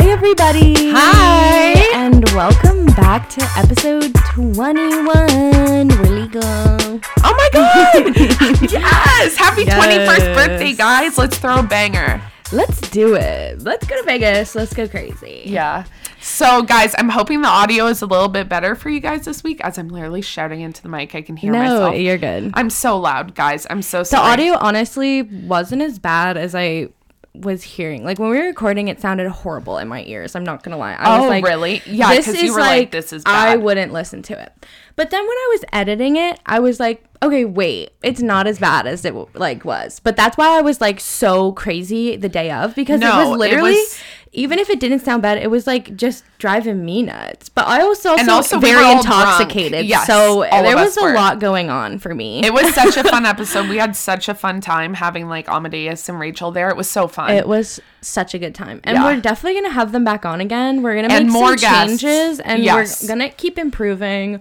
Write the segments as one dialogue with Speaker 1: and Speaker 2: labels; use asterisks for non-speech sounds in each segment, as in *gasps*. Speaker 1: everybody.
Speaker 2: Hi.
Speaker 1: And welcome back to episode 21. We're legal. *laughs*
Speaker 2: Oh my god! yes! Happy 21st birthday,
Speaker 1: Yes.
Speaker 2: guys! Let's throw a banger.
Speaker 1: Let's do it. Let's go to Vegas. Let's go crazy.
Speaker 2: Yeah. So, guys, I'm hoping the audio is a little bit better for you guys this week as I'm literally shouting into the mic. I can hear
Speaker 1: No,
Speaker 2: myself.
Speaker 1: you're good.
Speaker 2: I'm so loud, guys. I'm so
Speaker 1: the
Speaker 2: sorry.
Speaker 1: audio honestly wasn't as bad as I was hearing. Like when we were recording, it sounded horrible in my ears. I'm not gonna lie. I was
Speaker 2: Oh,
Speaker 1: like,
Speaker 2: really? Yeah, 'cause you were like, this is
Speaker 1: I
Speaker 2: bad.
Speaker 1: wouldn't listen to it. But then when I was editing it, I was like, okay, wait, it's not as bad as it w- like was. But that's why I was like so crazy the day of because
Speaker 2: No,
Speaker 1: it
Speaker 2: it
Speaker 1: was literally.
Speaker 2: was-
Speaker 1: even if it didn't sound bad, it was like just driving me nuts. But I was also,
Speaker 2: And also we
Speaker 1: very
Speaker 2: were all
Speaker 1: intoxicated.
Speaker 2: drunk. Yes,
Speaker 1: so
Speaker 2: all of
Speaker 1: there
Speaker 2: us
Speaker 1: was
Speaker 2: were.
Speaker 1: a lot going on for me.
Speaker 2: It was
Speaker 1: *laughs*
Speaker 2: such a fun episode. We had such a fun time having like Amadeus and Rachel there. It was so fun.
Speaker 1: It was such a good time. And
Speaker 2: Yeah.
Speaker 1: we're definitely going to have them back on again. We're going to make
Speaker 2: And more
Speaker 1: some
Speaker 2: guests.
Speaker 1: changes and
Speaker 2: Yes.
Speaker 1: we're going to keep improving.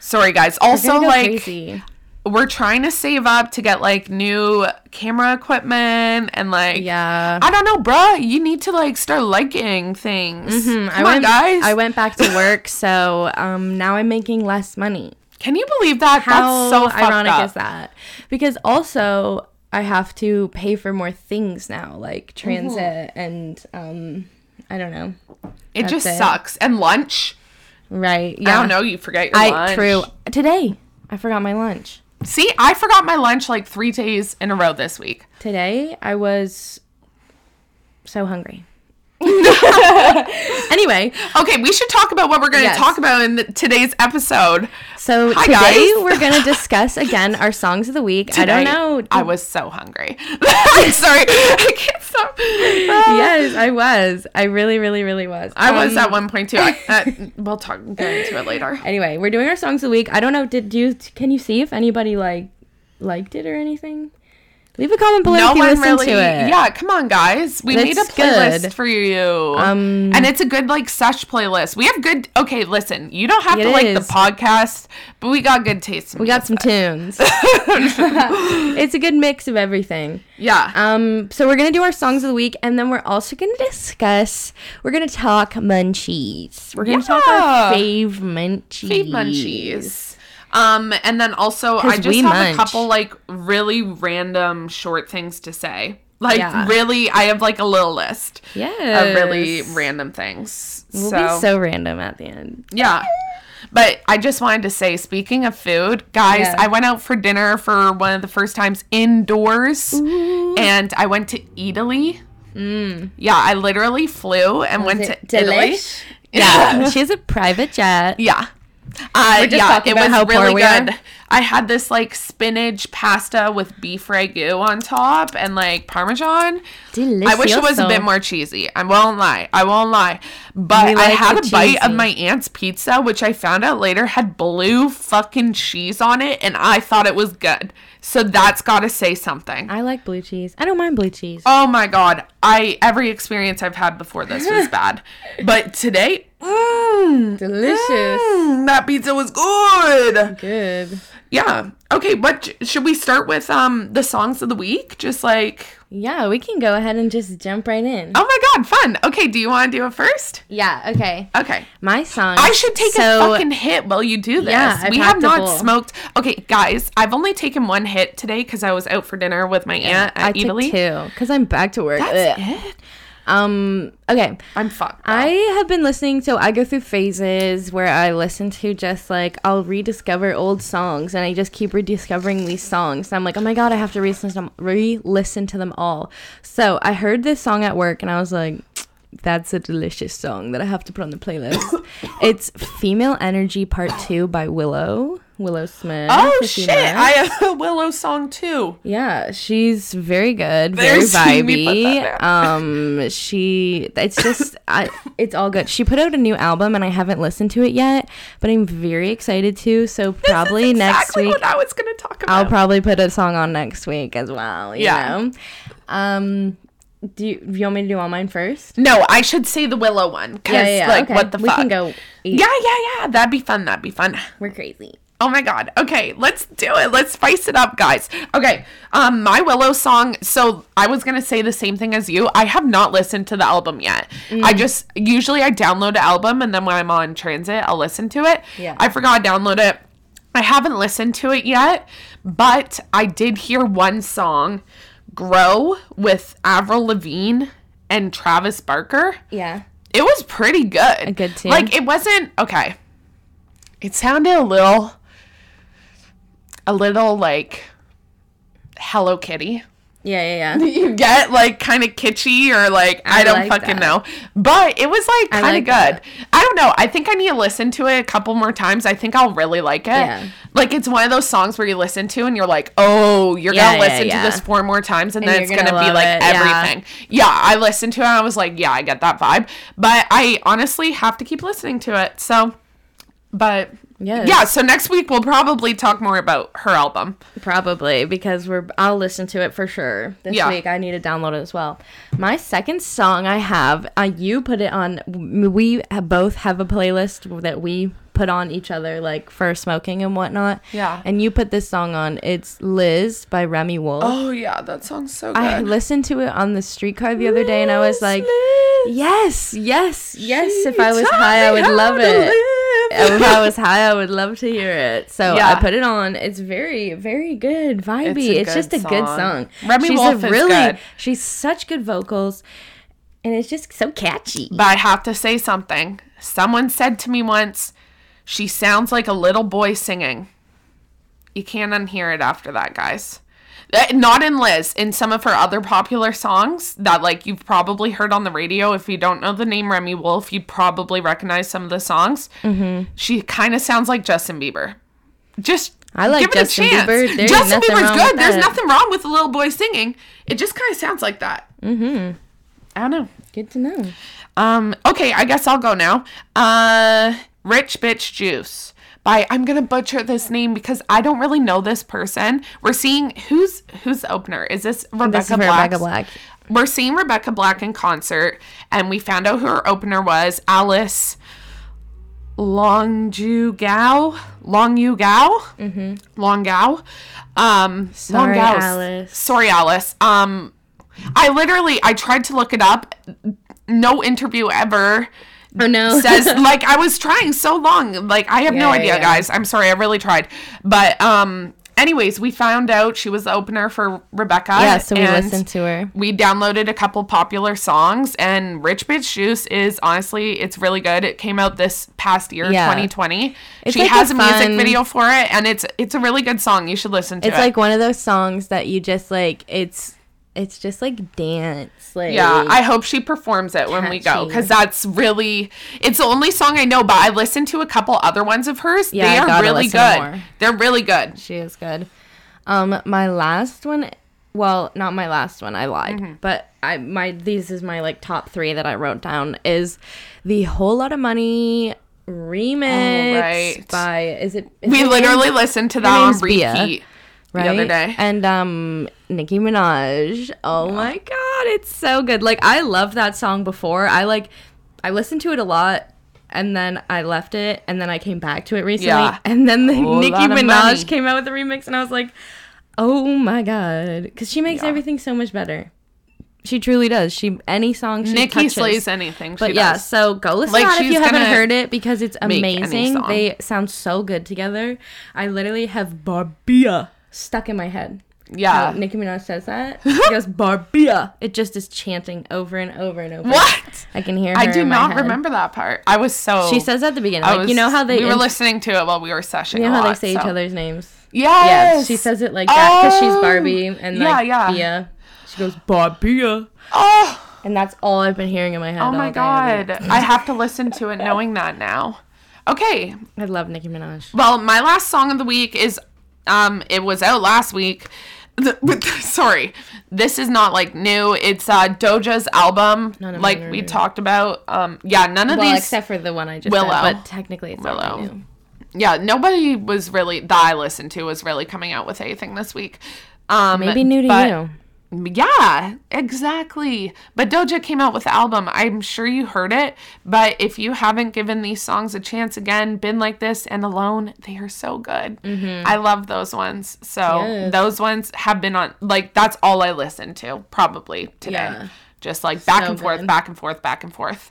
Speaker 2: Sorry, guys.
Speaker 1: We're gonna
Speaker 2: Also,
Speaker 1: go
Speaker 2: like,
Speaker 1: crazy.
Speaker 2: we're trying to save up to get like new camera equipment and like
Speaker 1: Yeah.
Speaker 2: I don't know, bruh. You need to like start liking things.
Speaker 1: Mm,
Speaker 2: Come
Speaker 1: went,
Speaker 2: on, guys.
Speaker 1: I went back to work, so um, now I'm making less money.
Speaker 2: Can you believe that?
Speaker 1: How
Speaker 2: That's so fucked
Speaker 1: ironic
Speaker 2: up.
Speaker 1: is that? Because also, I have to pay for more things now, like transit
Speaker 2: Mm-hmm.
Speaker 1: and um, I don't know.
Speaker 2: It
Speaker 1: That's
Speaker 2: just
Speaker 1: it.
Speaker 2: sucks. And lunch.
Speaker 1: Right? Yeah.
Speaker 2: I don't know. You forget your
Speaker 1: I
Speaker 2: lunch.
Speaker 1: true. Today, I forgot my lunch.
Speaker 2: See, I forgot my lunch like three days in a row this week.
Speaker 1: Today I was so
Speaker 2: *laughs*
Speaker 1: hungry. anyway,
Speaker 2: Okay, we should talk about what we're going to
Speaker 1: Yes.
Speaker 2: talk about in the, today's episode.
Speaker 1: so
Speaker 2: Hi,
Speaker 1: today
Speaker 2: guys.
Speaker 1: we're gonna discuss again our songs of the week. I don't
Speaker 2: Today,
Speaker 1: know.
Speaker 2: I was so hungry. *laughs* I'm sorry. I can't stop.
Speaker 1: yes, I was. I really, really, really was.
Speaker 2: I was
Speaker 1: Um,
Speaker 2: at one point too. I,
Speaker 1: *laughs*
Speaker 2: uh, we'll talk get into it later.
Speaker 1: Anyway, we're doing our songs of the week. I don't know. Did you? Can you see if anybody like liked it or anything? Leave a comment below
Speaker 2: No
Speaker 1: if you
Speaker 2: one
Speaker 1: listen
Speaker 2: really.
Speaker 1: to it.
Speaker 2: Yeah, come on, guys. We made a
Speaker 1: That's
Speaker 2: playlist
Speaker 1: good.
Speaker 2: for you,
Speaker 1: Um,
Speaker 2: and it's a good like sesh playlist. We have good. Okay, listen. You don't have
Speaker 1: It
Speaker 2: to like
Speaker 1: is.
Speaker 2: the podcast, but we got good taste. in
Speaker 1: We got some
Speaker 2: *laughs*
Speaker 1: tunes. *laughs* it's a good mix of everything.
Speaker 2: Yeah.
Speaker 1: Um, so we're gonna do our songs of the week, and then we're also gonna discuss. We're gonna talk munchies. We're gonna talk our
Speaker 2: Yeah.
Speaker 1: fave munchies.
Speaker 2: Fave munchies. Um, and then also
Speaker 1: 'Cause
Speaker 2: I just
Speaker 1: we
Speaker 2: have
Speaker 1: munch.
Speaker 2: a couple like really random short things to say. Like
Speaker 1: Yeah.
Speaker 2: really, I have like a little list
Speaker 1: Yes.
Speaker 2: of really random things.
Speaker 1: We'll
Speaker 2: so
Speaker 1: be so random at the end.
Speaker 2: yeah. But I just wanted to say, speaking of food, guys,
Speaker 1: Yeah.
Speaker 2: I went out for dinner for one of the first times indoors, and I went to Italy. Yeah, I literally flew and went to
Speaker 1: Mm.
Speaker 2: Italy. *laughs*
Speaker 1: Delish. Yeah, she has a private jet.
Speaker 2: Yeah. Uh,
Speaker 1: just
Speaker 2: yeah,
Speaker 1: talking
Speaker 2: it
Speaker 1: about
Speaker 2: was
Speaker 1: how poor
Speaker 2: really
Speaker 1: we are.
Speaker 2: good. I had this like spinach pasta with beef ragu on top and like parmesan.
Speaker 1: Delicious.
Speaker 2: I wish it was a bit more cheesy. I won't lie. I won't lie. But
Speaker 1: We
Speaker 2: I
Speaker 1: like
Speaker 2: had a
Speaker 1: it
Speaker 2: bite of
Speaker 1: cheesy.
Speaker 2: my aunt's pizza, which I found out later had blue fucking cheese on it, and I thought it was good. So that's got to say something.
Speaker 1: I like blue cheese. I don't mind blue cheese.
Speaker 2: Oh my god! I every experience I've had before this was
Speaker 1: *laughs*
Speaker 2: bad, but today, mm,
Speaker 1: Delicious.
Speaker 2: mm, that pizza was good.
Speaker 1: Good.
Speaker 2: Yeah. Okay, but should we start with um the songs of the week? Just like
Speaker 1: Yeah, we can go ahead and just jump right in.
Speaker 2: oh my god, fun. Okay, do you want to do it first?
Speaker 1: Yeah. Okay.
Speaker 2: Okay.
Speaker 1: My song.
Speaker 2: I should take
Speaker 1: so-
Speaker 2: a fucking hit while you do this.
Speaker 1: Yeah, I've
Speaker 2: we
Speaker 1: had
Speaker 2: have
Speaker 1: to
Speaker 2: not
Speaker 1: bowl.
Speaker 2: smoked. Okay, guys, I've only taken one hit today because I was out for dinner with my aunt at
Speaker 1: I took
Speaker 2: Italy.
Speaker 1: two because I'm back to work.
Speaker 2: That's
Speaker 1: Ugh.
Speaker 2: it. Oh.
Speaker 1: Um. Okay.
Speaker 2: I'm fucked.
Speaker 1: I have been listening, so I go through phases where I listen to just like I'll rediscover old songs, and I just keep rediscovering these songs. And I'm like, oh my god, I have to re-listen to them, re-listen to them all. So I heard this song at work, and I was like, that's a delicious song that I have to put on the
Speaker 2: *coughs*
Speaker 1: playlist. it's "Female Energy Part Two by Willow Willow Smith.
Speaker 2: oh
Speaker 1: if you
Speaker 2: shit!
Speaker 1: know her.
Speaker 2: *laughs* I have a Willow song too.
Speaker 1: Yeah, she's very
Speaker 2: *laughs*
Speaker 1: good, very
Speaker 2: There's- you need to put
Speaker 1: vibey. Um, she it's just I, it's all good. She put out a new album, and I haven't listened to it yet, but I'm very excited to. So
Speaker 2: This is
Speaker 1: probably next
Speaker 2: exactly
Speaker 1: week,
Speaker 2: What I was gonna talk about.
Speaker 1: I'll probably put a song on next week as well. You
Speaker 2: Yeah.
Speaker 1: know, um, do you, you want me to do all mine first?
Speaker 2: no, I should say the Willow one because like what the fuck?
Speaker 1: We can go. Eat.
Speaker 2: Yeah, yeah, yeah. That'd be fun. That'd be fun.
Speaker 1: We're crazy.
Speaker 2: Oh my god. Okay, let's do it. Let's spice it up, guys. Okay. Um my Willow song, so I was going to say the same thing as you. I have not listened to the album yet. I just usually I download the album and then when I'm on transit, I'll listen to it.
Speaker 1: Yeah.
Speaker 2: I forgot to download it. I haven't listened to it yet, but I did hear one song, Grow with Avril Lavigne and Travis Barker
Speaker 1: Yeah.
Speaker 2: it was pretty good.
Speaker 1: A good tune.
Speaker 2: Like it wasn't okay. It sounded a little, a little like Hello Kitty.
Speaker 1: Yeah,
Speaker 2: *laughs*
Speaker 1: yeah, yeah.
Speaker 2: You get like kind of kitschy or like I,
Speaker 1: I
Speaker 2: don't
Speaker 1: like
Speaker 2: fucking
Speaker 1: that.
Speaker 2: know. But it was like kind of
Speaker 1: like
Speaker 2: good.
Speaker 1: that.
Speaker 2: I don't know. I think I need to listen to it a couple more times. I think I'll really like it.
Speaker 1: Yeah.
Speaker 2: Like it's one of those songs where you listen to and you're like, oh, you're
Speaker 1: Yeah,
Speaker 2: gonna
Speaker 1: yeah,
Speaker 2: listen
Speaker 1: yeah.
Speaker 2: to this four more times and, then
Speaker 1: you're
Speaker 2: it's gonna,
Speaker 1: gonna
Speaker 2: be
Speaker 1: love
Speaker 2: like
Speaker 1: it, yeah.
Speaker 2: everything. Yeah. I listened to it and I was like, yeah, I get that vibe. But I honestly have to keep listening to it. So but
Speaker 1: Yes.
Speaker 2: yeah, so next week we'll probably talk more about her album.
Speaker 1: Probably because we're I'll listen to it for sure. This
Speaker 2: Yeah.
Speaker 1: week I need to download it as well. My second song I have, uh, you put it on we have both have a playlist that we put on each other like for smoking and whatnot.
Speaker 2: Yeah.
Speaker 1: And you put this song on. It's Liz by Remy Wolf.
Speaker 2: Oh yeah, that sounds so good.
Speaker 1: I listened to it on the streetcar the other day and I was like, yes, yes, yes. if I was high, I would love it.
Speaker 2: *laughs*
Speaker 1: if I was high, I would love to hear it. So
Speaker 2: Yeah.
Speaker 1: I put it on. It's very, very good, vibey. It's,
Speaker 2: a
Speaker 1: just
Speaker 2: good
Speaker 1: a good
Speaker 2: song.
Speaker 1: song.
Speaker 2: Remy
Speaker 1: she's a
Speaker 2: Wolf is good.
Speaker 1: She's such good vocals, and it's just so catchy.
Speaker 2: But I have to say something. Someone said to me once, she sounds like a little boy singing. You can't unhear it after that, guys. Uh, Not in Liz, in some of her other popular songs that like you've probably heard on the radio. If you don't know the name Remy Wolf, you probably recognize some of the songs. Mm-hmm. She kind of sounds like Justin Bieber. Just
Speaker 1: I like
Speaker 2: give it
Speaker 1: Justin
Speaker 2: a chance.
Speaker 1: Bieber. There ain't
Speaker 2: Justin
Speaker 1: nothing
Speaker 2: Bieber's
Speaker 1: wrong
Speaker 2: good.
Speaker 1: with
Speaker 2: There's
Speaker 1: that.
Speaker 2: nothing wrong with a little boy singing. It just kind of sounds like that. Mm-hmm. I don't know.
Speaker 1: Good to know.
Speaker 2: Um, okay, I guess I'll go now. Uh, Rich Bitch Juice by I'm gonna butcher this name because I don't really know this person. We're seeing who's who's the opener. Is this Rebecca,
Speaker 1: This is
Speaker 2: Black's-
Speaker 1: Rebecca Black.
Speaker 2: We're seeing Rebecca Black in concert, and we found out who her opener was, Alice Longju Gao. Longyu Gao? Mm-hmm. Long Gao. Um
Speaker 1: Sorry,
Speaker 2: Longgao's-
Speaker 1: Alice.
Speaker 2: Sorry, Alice. Um I literally I tried to look it up. No interview ever *laughs*
Speaker 1: Oh no. *laughs*
Speaker 2: says like I was trying so long. Like I have no
Speaker 1: Yeah, yeah,
Speaker 2: idea,
Speaker 1: yeah.
Speaker 2: guys. I'm sorry. I really tried. But um anyways, we found out she was the opener for Rebecca.
Speaker 1: yeah, so we
Speaker 2: and
Speaker 1: listened to her.
Speaker 2: We downloaded a couple popular songs and Rich Bitch Juice is honestly it's really good. It came out this past year,
Speaker 1: Yeah.
Speaker 2: 2020.
Speaker 1: It's
Speaker 2: she
Speaker 1: like a
Speaker 2: has a, music
Speaker 1: fun-
Speaker 2: video for it and it's it's a really good song. You should listen to
Speaker 1: It's
Speaker 2: it.
Speaker 1: like one of those songs that you just like. It's it's just like dance. Like
Speaker 2: Yeah, I hope she performs it when we go
Speaker 1: catchy.
Speaker 2: because that's really it's the only song I know. But I listened to a couple other ones of hers.
Speaker 1: Yeah,
Speaker 2: they
Speaker 1: I
Speaker 2: are
Speaker 1: gotta
Speaker 2: really
Speaker 1: listen to
Speaker 2: good.
Speaker 1: more.
Speaker 2: They're really good.
Speaker 1: She is good. Um, my last one. Well, not my last one. I lied.
Speaker 2: Mm-hmm.
Speaker 1: But I my these is my like top three that I wrote down is the whole lot of money remix
Speaker 2: Oh, right.
Speaker 1: by is it is
Speaker 2: We
Speaker 1: her
Speaker 2: literally
Speaker 1: name?
Speaker 2: listened to
Speaker 1: her
Speaker 2: that on
Speaker 1: name's Bia,
Speaker 2: repeat the other
Speaker 1: Right?
Speaker 2: day.
Speaker 1: and um Nicki Minaj. Oh my god, it's so good. Like I loved that song before. I like I listened to it a lot. And then I left it, and then I came back to it recently.
Speaker 2: Yeah.
Speaker 1: And then the
Speaker 2: Whole
Speaker 1: Nicki
Speaker 2: lot of money.
Speaker 1: Minaj came out with a remix, and I was like, "Oh my god!" Because she makes
Speaker 2: Yeah.
Speaker 1: everything so much better. She truly does. She any song she
Speaker 2: Nikki
Speaker 1: touches.
Speaker 2: slays anything.
Speaker 1: But
Speaker 2: she
Speaker 1: yeah,
Speaker 2: does.
Speaker 1: so go listen
Speaker 2: Like,
Speaker 1: to that if
Speaker 2: she's
Speaker 1: you haven't
Speaker 2: gonna
Speaker 1: heard it because it's
Speaker 2: make any
Speaker 1: amazing.
Speaker 2: song.
Speaker 1: They sound so good together. I literally have Barbia stuck in my head. How
Speaker 2: yeah.
Speaker 1: Nicki Minaj says that. She
Speaker 2: *laughs*
Speaker 1: goes Barbia. It just is chanting over and over and over.
Speaker 2: what?
Speaker 1: I can hear. Her
Speaker 2: I do
Speaker 1: in my
Speaker 2: not
Speaker 1: head.
Speaker 2: remember that part. I was so
Speaker 1: She says at the beginning,
Speaker 2: I
Speaker 1: like you know how they
Speaker 2: we were
Speaker 1: int-
Speaker 2: listening to it while we were sessioning.
Speaker 1: you know
Speaker 2: a
Speaker 1: how they
Speaker 2: lot,
Speaker 1: say each
Speaker 2: so-
Speaker 1: other's names.
Speaker 2: Yes.
Speaker 1: Yeah, she says it like that because she's
Speaker 2: Oh.
Speaker 1: Barbie and
Speaker 2: Yeah,
Speaker 1: like
Speaker 2: yeah.
Speaker 1: Bia. She goes Barbia,
Speaker 2: Oh.
Speaker 1: and that's all I've been hearing in my head.
Speaker 2: Oh my
Speaker 1: all day. I love
Speaker 2: god. I have to listen to it knowing that now. Okay.
Speaker 1: it. I love Nicki Minaj.
Speaker 2: Well, my last song of the week is um it was out last week. The- *laughs* sorry. This is not like new. It's uh Doja's album
Speaker 1: None of
Speaker 2: like
Speaker 1: mine are
Speaker 2: we
Speaker 1: new.
Speaker 2: talked about. Um yeah, none of
Speaker 1: Well,
Speaker 2: these
Speaker 1: except for the one I just
Speaker 2: Willow.
Speaker 1: said, but technically it's not
Speaker 2: Willow.
Speaker 1: new.
Speaker 2: Yeah, nobody was really that I listened to was really coming out with anything this week. Um
Speaker 1: Maybe new to
Speaker 2: but-
Speaker 1: you.
Speaker 2: Yeah, exactly. But Doja came out with the album. I'm sure you heard it. But if you haven't given these songs a chance again, Been Like This and Alone, they are so good. I love those ones. So
Speaker 1: Mm-hmm. Yes.
Speaker 2: those ones have been on, like, that's all I listen to probably today.
Speaker 1: Yeah.
Speaker 2: Just like back
Speaker 1: So
Speaker 2: and forth,
Speaker 1: good.
Speaker 2: back and forth, back and forth.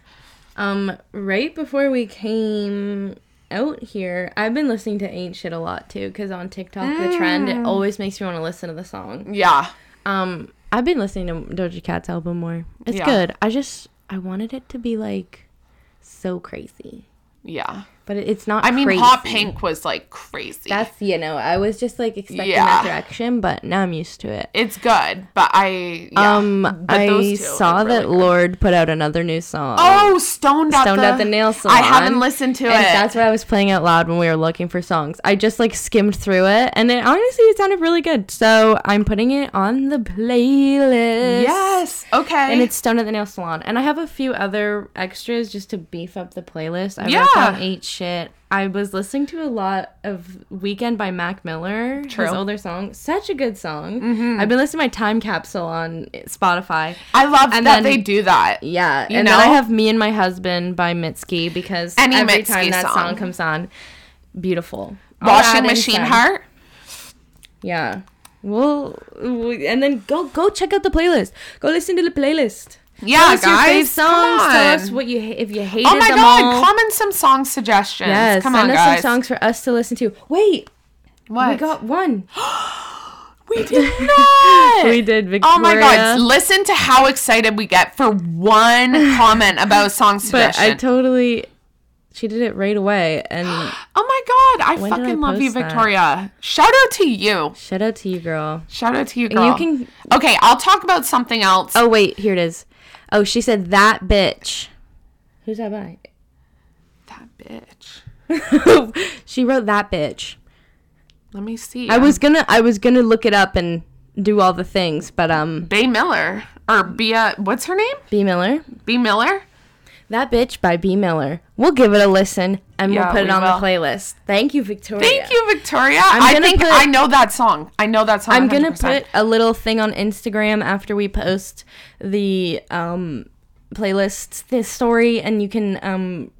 Speaker 1: Um, right before we came out here, I've been listening to Ain't Shit a lot too, because on TikTok, the trend,
Speaker 2: Ah.
Speaker 1: it always makes me want to listen to the song.
Speaker 2: Yeah.
Speaker 1: Um, I've been listening to Doja Cat's album more. It's
Speaker 2: Yeah.
Speaker 1: good. I just, I wanted it to be like so crazy,
Speaker 2: Yeah.
Speaker 1: but it- it's not
Speaker 2: I mean,
Speaker 1: crazy.
Speaker 2: Hot Pink was like crazy.
Speaker 1: That's, you know, I was just like expecting
Speaker 2: Yeah.
Speaker 1: that direction, but now I'm used to it.
Speaker 2: it's good, but I. Yeah.
Speaker 1: Um,
Speaker 2: But those
Speaker 1: I
Speaker 2: two
Speaker 1: saw
Speaker 2: are really
Speaker 1: that
Speaker 2: good.
Speaker 1: Lord put out another new song.
Speaker 2: Oh, stoned out
Speaker 1: Stoned
Speaker 2: the,
Speaker 1: at the Nail Salon.
Speaker 2: I haven't listened to
Speaker 1: and
Speaker 2: it.
Speaker 1: That's what I was playing out loud when we were looking for songs. I just like skimmed through it, and it honestly it sounded really good. So I'm putting it on the playlist.
Speaker 2: Yes. Okay.
Speaker 1: And it's Stone at the Nail Salon. And I have a few other extras just to beef up the playlist. I
Speaker 2: Yeah.
Speaker 1: wrote down eight shit. I was listening to a lot of Weekend by Mac Miller,
Speaker 2: True. Mm-hmm.
Speaker 1: his older song. Such a good song. I've been listening to my time capsule on Spotify.
Speaker 2: I love
Speaker 1: and then-
Speaker 2: that they do that.
Speaker 1: Yeah,
Speaker 2: You
Speaker 1: and then I
Speaker 2: know?
Speaker 1: have "Me and My Husband" by Mitski because
Speaker 2: Any
Speaker 1: every
Speaker 2: Mitski
Speaker 1: time that song.
Speaker 2: song.
Speaker 1: comes on, beautiful. I'll add
Speaker 2: Washing
Speaker 1: in
Speaker 2: machine
Speaker 1: some.
Speaker 2: heart.
Speaker 1: Yeah. Well, we- and then go go check out the playlist. Go listen to the playlist.
Speaker 2: Yeah,
Speaker 1: Tell us your fave
Speaker 2: Ah, guys.
Speaker 1: songs.
Speaker 2: come on.
Speaker 1: Tell us what you ha- if you hated
Speaker 2: oh my
Speaker 1: them
Speaker 2: god!
Speaker 1: all.
Speaker 2: Comment some song suggestions.
Speaker 1: yes,
Speaker 2: come
Speaker 1: send
Speaker 2: on,
Speaker 1: us
Speaker 2: guys.
Speaker 1: some songs for us to listen to. Wait,
Speaker 2: What?
Speaker 1: we
Speaker 2: *laughs*
Speaker 1: got *laughs* one.
Speaker 2: We did not.
Speaker 1: We did,
Speaker 2: *gasps* Oh my god!
Speaker 1: Victoria.
Speaker 2: Listen to how excited we get for one
Speaker 1: *laughs*
Speaker 2: comment about a song
Speaker 1: But
Speaker 2: suggestion.
Speaker 1: I totally, she did it right away. And *gasps*
Speaker 2: oh my god! I
Speaker 1: When did I
Speaker 2: fucking love you,
Speaker 1: post that?
Speaker 2: Victoria. Shout out to you.
Speaker 1: shout out to you, girl.
Speaker 2: Shout out to you,
Speaker 1: you
Speaker 2: girl.
Speaker 1: can-
Speaker 2: Okay, I'll talk about something else.
Speaker 1: Oh wait, here it is. Oh, she said that bitch. Who's that by?
Speaker 2: That bitch.
Speaker 1: *laughs* she wrote that bitch.
Speaker 2: Let me see.
Speaker 1: I was gonna I was gonna look it up and do all the things, but um
Speaker 2: Bay Miller or Bia. What's her name?
Speaker 1: B Miller.
Speaker 2: B Miller.
Speaker 1: That bitch by B Miller. We'll give it a listen and
Speaker 2: Yeah,
Speaker 1: we'll put it
Speaker 2: we
Speaker 1: on
Speaker 2: will.
Speaker 1: the playlist. Thank you, Victoria.
Speaker 2: Thank you, Victoria. I
Speaker 1: gonna
Speaker 2: think
Speaker 1: put-
Speaker 2: I know that song. I know that song.
Speaker 1: I'm gonna
Speaker 2: 100%.
Speaker 1: put a little thing on Instagram after we post the um playlist this story and you can um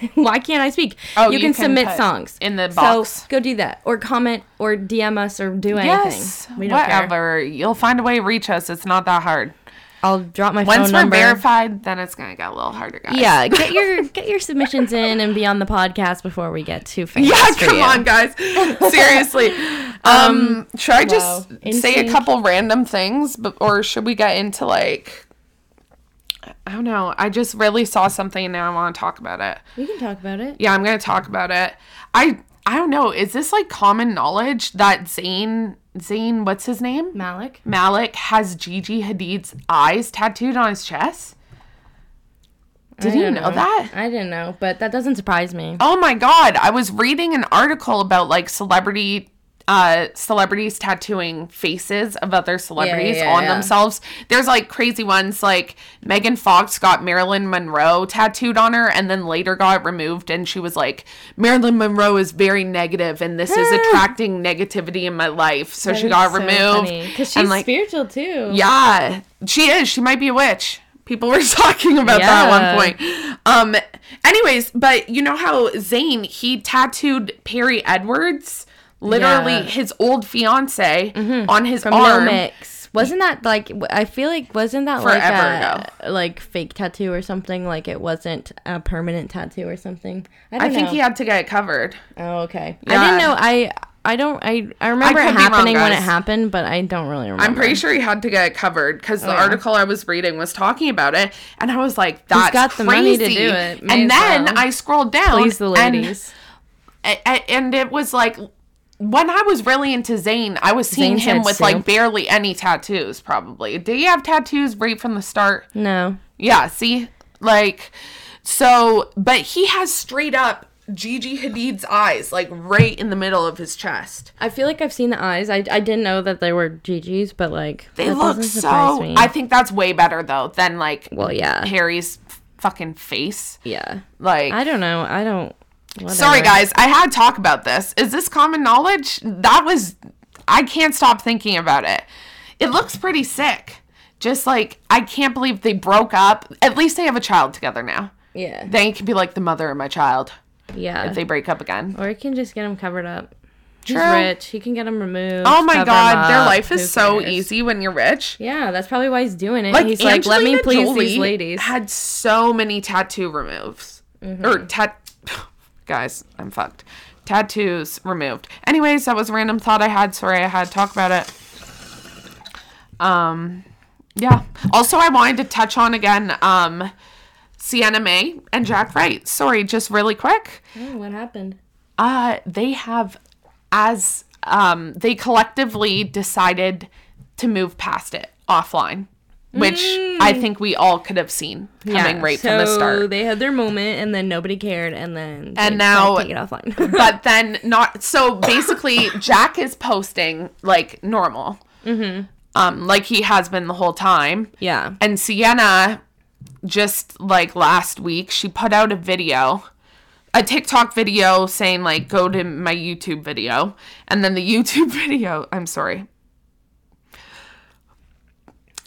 Speaker 1: *laughs* why can't I speak?
Speaker 2: Oh,
Speaker 1: you,
Speaker 2: you
Speaker 1: can,
Speaker 2: can
Speaker 1: submit
Speaker 2: put
Speaker 1: songs
Speaker 2: in the box.
Speaker 1: So go do that or comment or DM us or do anything.
Speaker 2: Yes,
Speaker 1: we don't care.
Speaker 2: whatever. You'll find a way to reach us. It's not that hard.
Speaker 1: I'll drop my
Speaker 2: Once
Speaker 1: phone
Speaker 2: we're
Speaker 1: number.
Speaker 2: verified, then it's gonna get a little harder, guys.
Speaker 1: Yeah, get your get your submissions in and be on the podcast before we get too famous.
Speaker 2: *laughs* Yeah,
Speaker 1: for
Speaker 2: come
Speaker 1: you. *laughs*
Speaker 2: on, guys. Seriously. Um, should I just
Speaker 1: wow.
Speaker 2: say a
Speaker 1: Insync.
Speaker 2: couple random things, but, or should we get into like, I don't know. I just really saw something and now I want to talk about it.
Speaker 1: We can talk about it.
Speaker 2: Yeah, I'm gonna talk about it. I I don't know. Is this like common knowledge that Zayn Zayn what's his name
Speaker 1: Malik.
Speaker 2: Malik has Gigi Hadid's eyes tattooed on his chest? Did
Speaker 1: I
Speaker 2: you
Speaker 1: don't
Speaker 2: know that?
Speaker 1: I didn't know, but that doesn't surprise me.
Speaker 2: Oh my god! I was reading an article about like celebrity. Uh, celebrities tattooing faces of other celebrities
Speaker 1: yeah,
Speaker 2: on
Speaker 1: yeah.
Speaker 2: themselves. There's like crazy ones like Megan Fox got Marilyn Monroe tattooed on her and then later got removed. And she was like, Marilyn Monroe is very negative and this
Speaker 1: *gasps*
Speaker 2: is attracting negativity in my life. So she got removed.
Speaker 1: because
Speaker 2: and,
Speaker 1: she's spiritual too.
Speaker 2: yeah, she is. She might be a witch. People were *laughs* talking about that at one point. Um, anyways, but you know how Zayn he tattooed Perry Edwards, literally
Speaker 1: Yeah.
Speaker 2: his old fiance, on his
Speaker 1: No
Speaker 2: arm.
Speaker 1: mix. Wasn't that like? w- I feel like wasn't that
Speaker 2: Forever
Speaker 1: like a like fake tattoo or something? Like it wasn't a permanent tattoo or something. I,
Speaker 2: I
Speaker 1: don't
Speaker 2: think
Speaker 1: know.
Speaker 2: he had to get it covered.
Speaker 1: Oh, okay. I
Speaker 2: Yeah.
Speaker 1: didn't know. I I don't. I I remember
Speaker 2: could
Speaker 1: it
Speaker 2: be wrong,
Speaker 1: happening when it
Speaker 2: guys.
Speaker 1: happened, but I don't really remember.
Speaker 2: I'm pretty sure he had to get it covered because
Speaker 1: Oh,
Speaker 2: the article I was reading was talking about it, and I was like, "That's
Speaker 1: got the money
Speaker 2: crazy."
Speaker 1: to do it. May
Speaker 2: and
Speaker 1: as
Speaker 2: then
Speaker 1: well.
Speaker 2: I scrolled down.
Speaker 1: Please the
Speaker 2: and-
Speaker 1: ladies.
Speaker 2: A- a- and it was like when I was really into Zayn, I was seeing
Speaker 1: Zayn's
Speaker 2: him
Speaker 1: had
Speaker 2: with
Speaker 1: soup.
Speaker 2: like barely any tattoos. Probably did he have tattoos right from the start?
Speaker 1: No.
Speaker 2: Yeah. See, like so, but he has straight up Gigi Hadid's eyes, like right in the middle of his chest.
Speaker 1: I feel like I've seen the eyes. I, I didn't know that they were Gigi's, but like
Speaker 2: They
Speaker 1: that
Speaker 2: look
Speaker 1: doesn't surprise
Speaker 2: so.
Speaker 1: me.
Speaker 2: I think that's way better though than like
Speaker 1: well, yeah,
Speaker 2: Harry's f- fucking face.
Speaker 1: yeah.
Speaker 2: Like
Speaker 1: I don't know. I don't.
Speaker 2: Sorry,
Speaker 1: whatever.
Speaker 2: guys. I had to talk about this. Is this common knowledge? That was. I can't stop thinking about it. It looks pretty sick. Just like I can't believe they broke up. At least they have a child together now.
Speaker 1: Yeah.
Speaker 2: They can be like the mother of my child
Speaker 1: yeah.
Speaker 2: if they break up again.
Speaker 1: or he can just get him covered up.
Speaker 2: True.
Speaker 1: He's rich. He can get him removed.
Speaker 2: Oh my
Speaker 1: cover 'em
Speaker 2: god, their
Speaker 1: up.
Speaker 2: life
Speaker 1: Who
Speaker 2: is so
Speaker 1: cares?
Speaker 2: easy when you're rich.
Speaker 1: Yeah, that's probably why he's doing it.
Speaker 2: Like
Speaker 1: he's
Speaker 2: Angelina
Speaker 1: like, let me please these
Speaker 2: Jolie
Speaker 1: ladies. Mm-hmm.
Speaker 2: Had so many tattoo removes or tat. *sighs* Guys, I'm fucked. Tattoos removed. Anyways, that was a random thought I had. Sorry, I had to talk about it. Um, yeah. Also, I wanted to touch on again. Um, Sienna May and Jack Wright. Sorry, just really quick.
Speaker 1: Oh, what happened?
Speaker 2: Uh, they have, as um, they collectively decided to move past it offline, which I think we all could have seen coming right
Speaker 1: so
Speaker 2: from the
Speaker 1: *laughs*
Speaker 2: start.
Speaker 1: they had their moment, and then nobody cared, and then they
Speaker 2: And now-
Speaker 1: decided to take it offline. *laughs*
Speaker 2: but then not so basically Jack is posting like normal, um, like he has been the whole time. *laughs*
Speaker 1: yeah,
Speaker 2: And Sienna, just like last week, she put out a video, a TikTok video saying, like, go to my YouTube video. And then the *laughs* YouTube video, I'm sorry.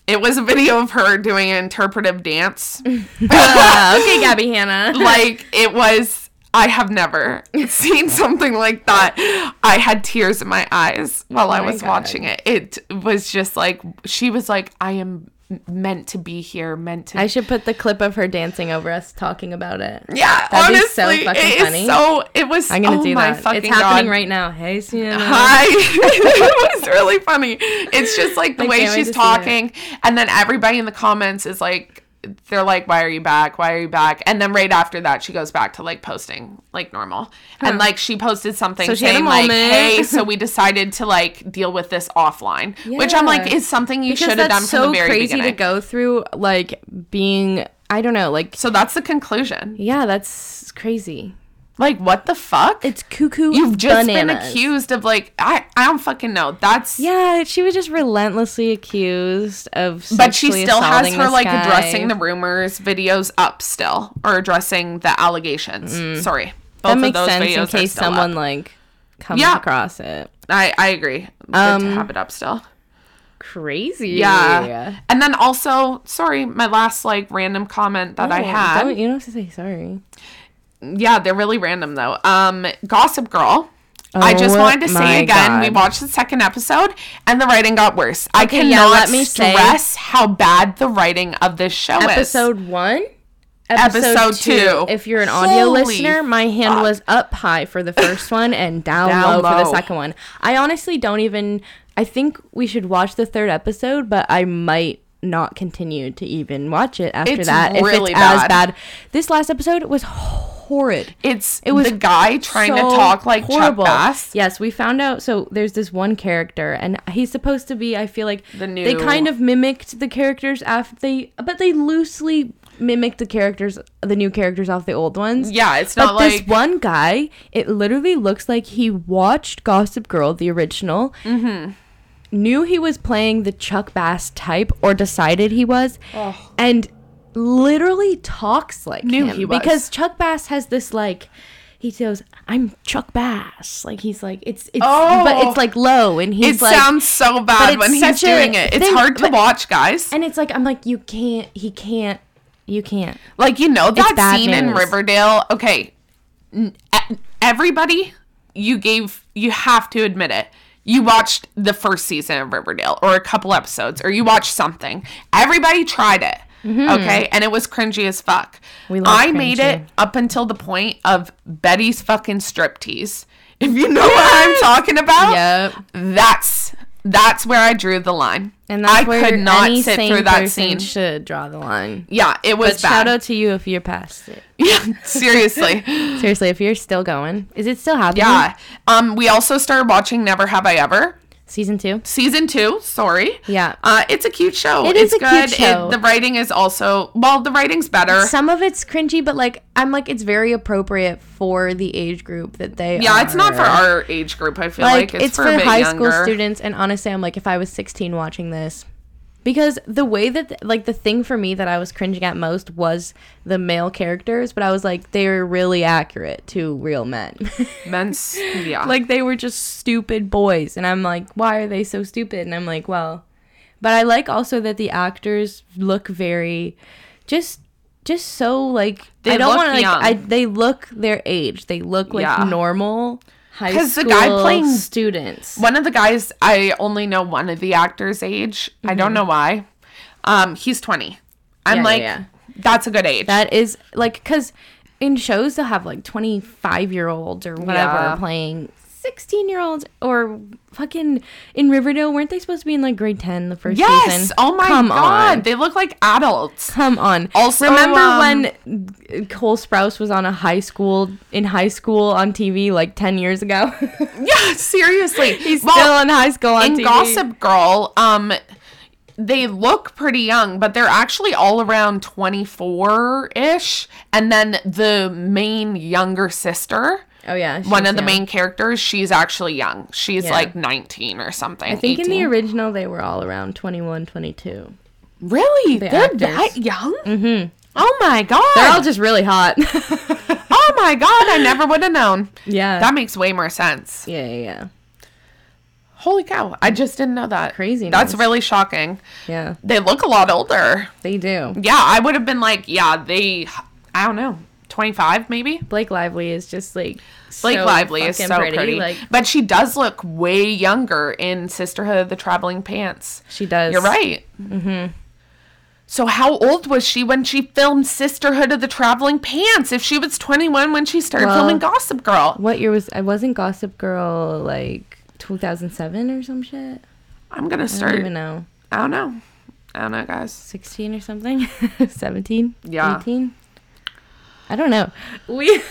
Speaker 2: It was a video of her doing an interpretive dance.
Speaker 1: *laughs* Uh, okay, Gabby Hanna.
Speaker 2: like, it was, I
Speaker 1: *laughs*
Speaker 2: have never seen something like that. I had tears in my eyes while I
Speaker 1: my
Speaker 2: was
Speaker 1: God.
Speaker 2: watching it. It was just like, she was like, I am meant to be here, meant to
Speaker 1: I should put the clip of her dancing over us talking about it.
Speaker 2: Yeah,
Speaker 1: That'd be so
Speaker 2: honestly,
Speaker 1: fucking
Speaker 2: it is
Speaker 1: funny.
Speaker 2: so. It was.
Speaker 1: I'm gonna
Speaker 2: oh
Speaker 1: do
Speaker 2: my
Speaker 1: that.
Speaker 2: Fucking
Speaker 1: It's happening
Speaker 2: God.
Speaker 1: right now. Hey, Sienna. *laughs*
Speaker 2: Hi. *laughs* it was really funny. It's just like the
Speaker 1: I
Speaker 2: way
Speaker 1: can't wait
Speaker 2: she's
Speaker 1: to see it.
Speaker 2: talking, and then everybody in the comments is like, they're like, "Why are you back? Why are you back?" And then right after that, she goes back to like posting like normal, and like she posted something
Speaker 1: So she had a
Speaker 2: saying like,
Speaker 1: moment. *laughs*
Speaker 2: "Hey, so we decided to like deal with this offline," which I'm like
Speaker 1: Yeah.
Speaker 2: is something you
Speaker 1: Because
Speaker 2: should have
Speaker 1: that's
Speaker 2: done
Speaker 1: so
Speaker 2: from the very
Speaker 1: crazy
Speaker 2: beginning.
Speaker 1: to go through, like being. I don't know, like
Speaker 2: so that's the conclusion.
Speaker 1: yeah, that's crazy.
Speaker 2: Like, what the fuck?
Speaker 1: It's cuckoo.
Speaker 2: You've just been
Speaker 1: bananas.
Speaker 2: accused of like I I don't fucking know. That's
Speaker 1: Yeah, she was just relentlessly accused of.
Speaker 2: but she
Speaker 1: sexually
Speaker 2: still has
Speaker 1: assaulting
Speaker 2: her
Speaker 1: this
Speaker 2: like
Speaker 1: guy.
Speaker 2: addressing the rumors videos up still or addressing the allegations. Sorry. Both
Speaker 1: Mm. That makes
Speaker 2: of those
Speaker 1: sense
Speaker 2: videos
Speaker 1: in
Speaker 2: are
Speaker 1: case
Speaker 2: still up.
Speaker 1: someone like comes
Speaker 2: Yeah.
Speaker 1: across it.
Speaker 2: I I agree. Good
Speaker 1: Um,
Speaker 2: to have it up still.
Speaker 1: Crazy.
Speaker 2: Yeah. And then also, sorry, my last like random comment that I
Speaker 1: Oh,
Speaker 2: had.
Speaker 1: Don't, you don't have to say sorry.
Speaker 2: yeah, they're really random though. Um, Gossip Girl. I just
Speaker 1: Oh
Speaker 2: wanted to
Speaker 1: my
Speaker 2: say again, we
Speaker 1: God.
Speaker 2: watched the second episode and the writing got worse. I
Speaker 1: Okay,
Speaker 2: cannot
Speaker 1: yeah, let me say-
Speaker 2: stress how bad the writing of this show is.
Speaker 1: Episode one.
Speaker 2: Episode two.
Speaker 1: If you're an audio
Speaker 2: Holy
Speaker 1: listener, my hand was up high for the first one
Speaker 2: *laughs*
Speaker 1: and down,
Speaker 2: Down
Speaker 1: low, for the
Speaker 2: low.
Speaker 1: second one. I honestly don't even. I think we should watch the third episode, but I might not continue to even watch it after
Speaker 2: It's
Speaker 1: that
Speaker 2: really
Speaker 1: if it's as
Speaker 2: bad.
Speaker 1: bad. This last episode was horrid.
Speaker 2: It's it
Speaker 1: was
Speaker 2: was the guy trying to
Speaker 1: so
Speaker 2: talk like horrible. Chuck Bass.
Speaker 1: Yes, we found out. So there's this one character, and he's supposed to be. I feel like
Speaker 2: The
Speaker 1: they
Speaker 2: new-
Speaker 1: kind of mimicked the characters after they, but they loosely mimicked the characters, the new characters off the old ones.
Speaker 2: Yeah, it's
Speaker 1: But
Speaker 2: not
Speaker 1: this
Speaker 2: like
Speaker 1: one guy, it literally looks like he watched Gossip Girl, the original,
Speaker 2: Mm-hmm.
Speaker 1: knew he was playing the Chuck Bass type, or decided he was, and literally talks like
Speaker 2: Knew
Speaker 1: him
Speaker 2: he was.
Speaker 1: because Chuck Bass has this like. He goes, "I'm Chuck Bass." Like he's like, it's it's, but
Speaker 2: Oh.
Speaker 1: it's like low, and he's
Speaker 2: it
Speaker 1: like,
Speaker 2: sounds so
Speaker 1: but
Speaker 2: bad
Speaker 1: it's
Speaker 2: when he's
Speaker 1: such a
Speaker 2: doing it. It's
Speaker 1: thing-
Speaker 2: hard to
Speaker 1: but-
Speaker 2: watch, guys.
Speaker 1: and it's like, I'm like, you can't, he can't, you can't.
Speaker 2: Like you know that
Speaker 1: bad
Speaker 2: scene in
Speaker 1: manners.
Speaker 2: Riverdale. Okay, n- e- everybody, you gave you have to admit it. You watched the first season of Riverdale, or a couple episodes, or you watched something. Everybody tried it, okay, and it was cringy as fuck.
Speaker 1: Mm-hmm. We love
Speaker 2: I made
Speaker 1: cringy.
Speaker 2: it up until the point of Betty's fucking striptease. If you know what I'm talking about,
Speaker 1: Yep.
Speaker 2: that's that's where I drew the line.
Speaker 1: And that's
Speaker 2: I
Speaker 1: where
Speaker 2: could not
Speaker 1: any
Speaker 2: sit
Speaker 1: sane
Speaker 2: through that
Speaker 1: person
Speaker 2: scene.
Speaker 1: Should draw the line.
Speaker 2: yeah, it was
Speaker 1: But
Speaker 2: bad.
Speaker 1: shout out to you if you're past it.
Speaker 2: yeah,
Speaker 1: *laughs*
Speaker 2: seriously.
Speaker 1: *gasps* Seriously, if you're still going, is it still happening?
Speaker 2: Yeah. Um, we also started watching Never Have I Ever
Speaker 1: Season two.
Speaker 2: season two. Sorry.
Speaker 1: Yeah.
Speaker 2: Uh, it's a cute show.
Speaker 1: It
Speaker 2: it's
Speaker 1: is a cute show.
Speaker 2: the writing is also well. The writing's better.
Speaker 1: Some of it's cringy, but like I'm like it's very appropriate for the age group that they.
Speaker 2: yeah, it's not for
Speaker 1: are.
Speaker 2: our age group. I feel
Speaker 1: Like,
Speaker 2: like,
Speaker 1: it's, for,
Speaker 2: a bit
Speaker 1: high
Speaker 2: younger.
Speaker 1: school students, and honestly, I'm like if I was 16 watching this, because the way that like the thing for me that I was cringing at most was the male characters, but I was like they're really accurate to real men. *laughs*
Speaker 2: Men's, yeah.
Speaker 1: like they were just stupid boys and i'm like why are they so stupid and i'm like well But I like also that the actors look very just just so like
Speaker 2: They
Speaker 1: I don't
Speaker 2: look
Speaker 1: want to like
Speaker 2: young.
Speaker 1: I, they look their age. They look like
Speaker 2: Yeah.
Speaker 1: normal high
Speaker 2: 'Cause
Speaker 1: school
Speaker 2: the guy playing-
Speaker 1: students.
Speaker 2: One of the guys, I only know one of the actors' age. I don't know why. Um, he's 20. I'm
Speaker 1: Mm-hmm. Yeah, yeah,
Speaker 2: like,
Speaker 1: yeah.
Speaker 2: that's a good age.
Speaker 1: That is like because in shows they'll have like twenty five year olds or whatever
Speaker 2: Yeah.
Speaker 1: playing sixteen year olds or fucking in Riverdale weren't they supposed to be in like grade ten the first
Speaker 2: yes.
Speaker 1: season?
Speaker 2: Oh my
Speaker 1: Come
Speaker 2: god,
Speaker 1: on.
Speaker 2: they look like adults. *laughs*
Speaker 1: Come on.
Speaker 2: Also,
Speaker 1: remember
Speaker 2: um,
Speaker 1: when Cole Sprouse was on a high school in high school on TV like ten years ago? *laughs*
Speaker 2: Yeah, seriously.
Speaker 1: He's
Speaker 2: Well,
Speaker 1: still in high school on
Speaker 2: in
Speaker 1: TV.
Speaker 2: Gossip Girl, um, they look pretty young, but they're actually all around 24 ish. And then the main younger sister,
Speaker 1: Oh yeah,
Speaker 2: one of
Speaker 1: she's
Speaker 2: the
Speaker 1: young.
Speaker 2: main characters, she's actually young. She's
Speaker 1: Yeah.
Speaker 2: like 19 or something.
Speaker 1: I think
Speaker 2: 18.
Speaker 1: in the original they were all around 21, 22.
Speaker 2: Really? they're
Speaker 1: actors.
Speaker 2: that young? Mm-hmm. Oh my god.
Speaker 1: They're all just really
Speaker 2: *laughs*
Speaker 1: hot. *laughs*
Speaker 2: oh my god, I never would have known.
Speaker 1: yeah.
Speaker 2: That makes way more sense.
Speaker 1: yeah, yeah, yeah.
Speaker 2: Holy cow. I just didn't know that.
Speaker 1: Craziness.
Speaker 2: That's really shocking.
Speaker 1: Yeah,
Speaker 2: They look a lot older.
Speaker 1: they do.
Speaker 2: Yeah, I would have been like, yeah, they, I don't know, 25 maybe?
Speaker 1: Blake Lively is just like
Speaker 2: Blake
Speaker 1: so
Speaker 2: Lively is
Speaker 1: fucking
Speaker 2: so pretty.
Speaker 1: Like
Speaker 2: but she does look way younger in Sisterhood of the Traveling Pants.
Speaker 1: she does.
Speaker 2: You're right. Mm-hmm. So how old was she when she filmed Sisterhood of the Traveling Pants? If she was 21 when she started
Speaker 1: Well-
Speaker 2: filming Gossip Girl,
Speaker 1: What year was I wasn't Gossip Girl like 2007 or some shit?
Speaker 2: I'm gonna
Speaker 1: I don't
Speaker 2: start.
Speaker 1: even know.
Speaker 2: I don't know. I don't know,
Speaker 1: *laughs*
Speaker 2: guys. *laughs*
Speaker 1: 16 or something? 17?
Speaker 2: Yeah.
Speaker 1: 18? I don't know. *laughs*
Speaker 2: *laughs*
Speaker 1: We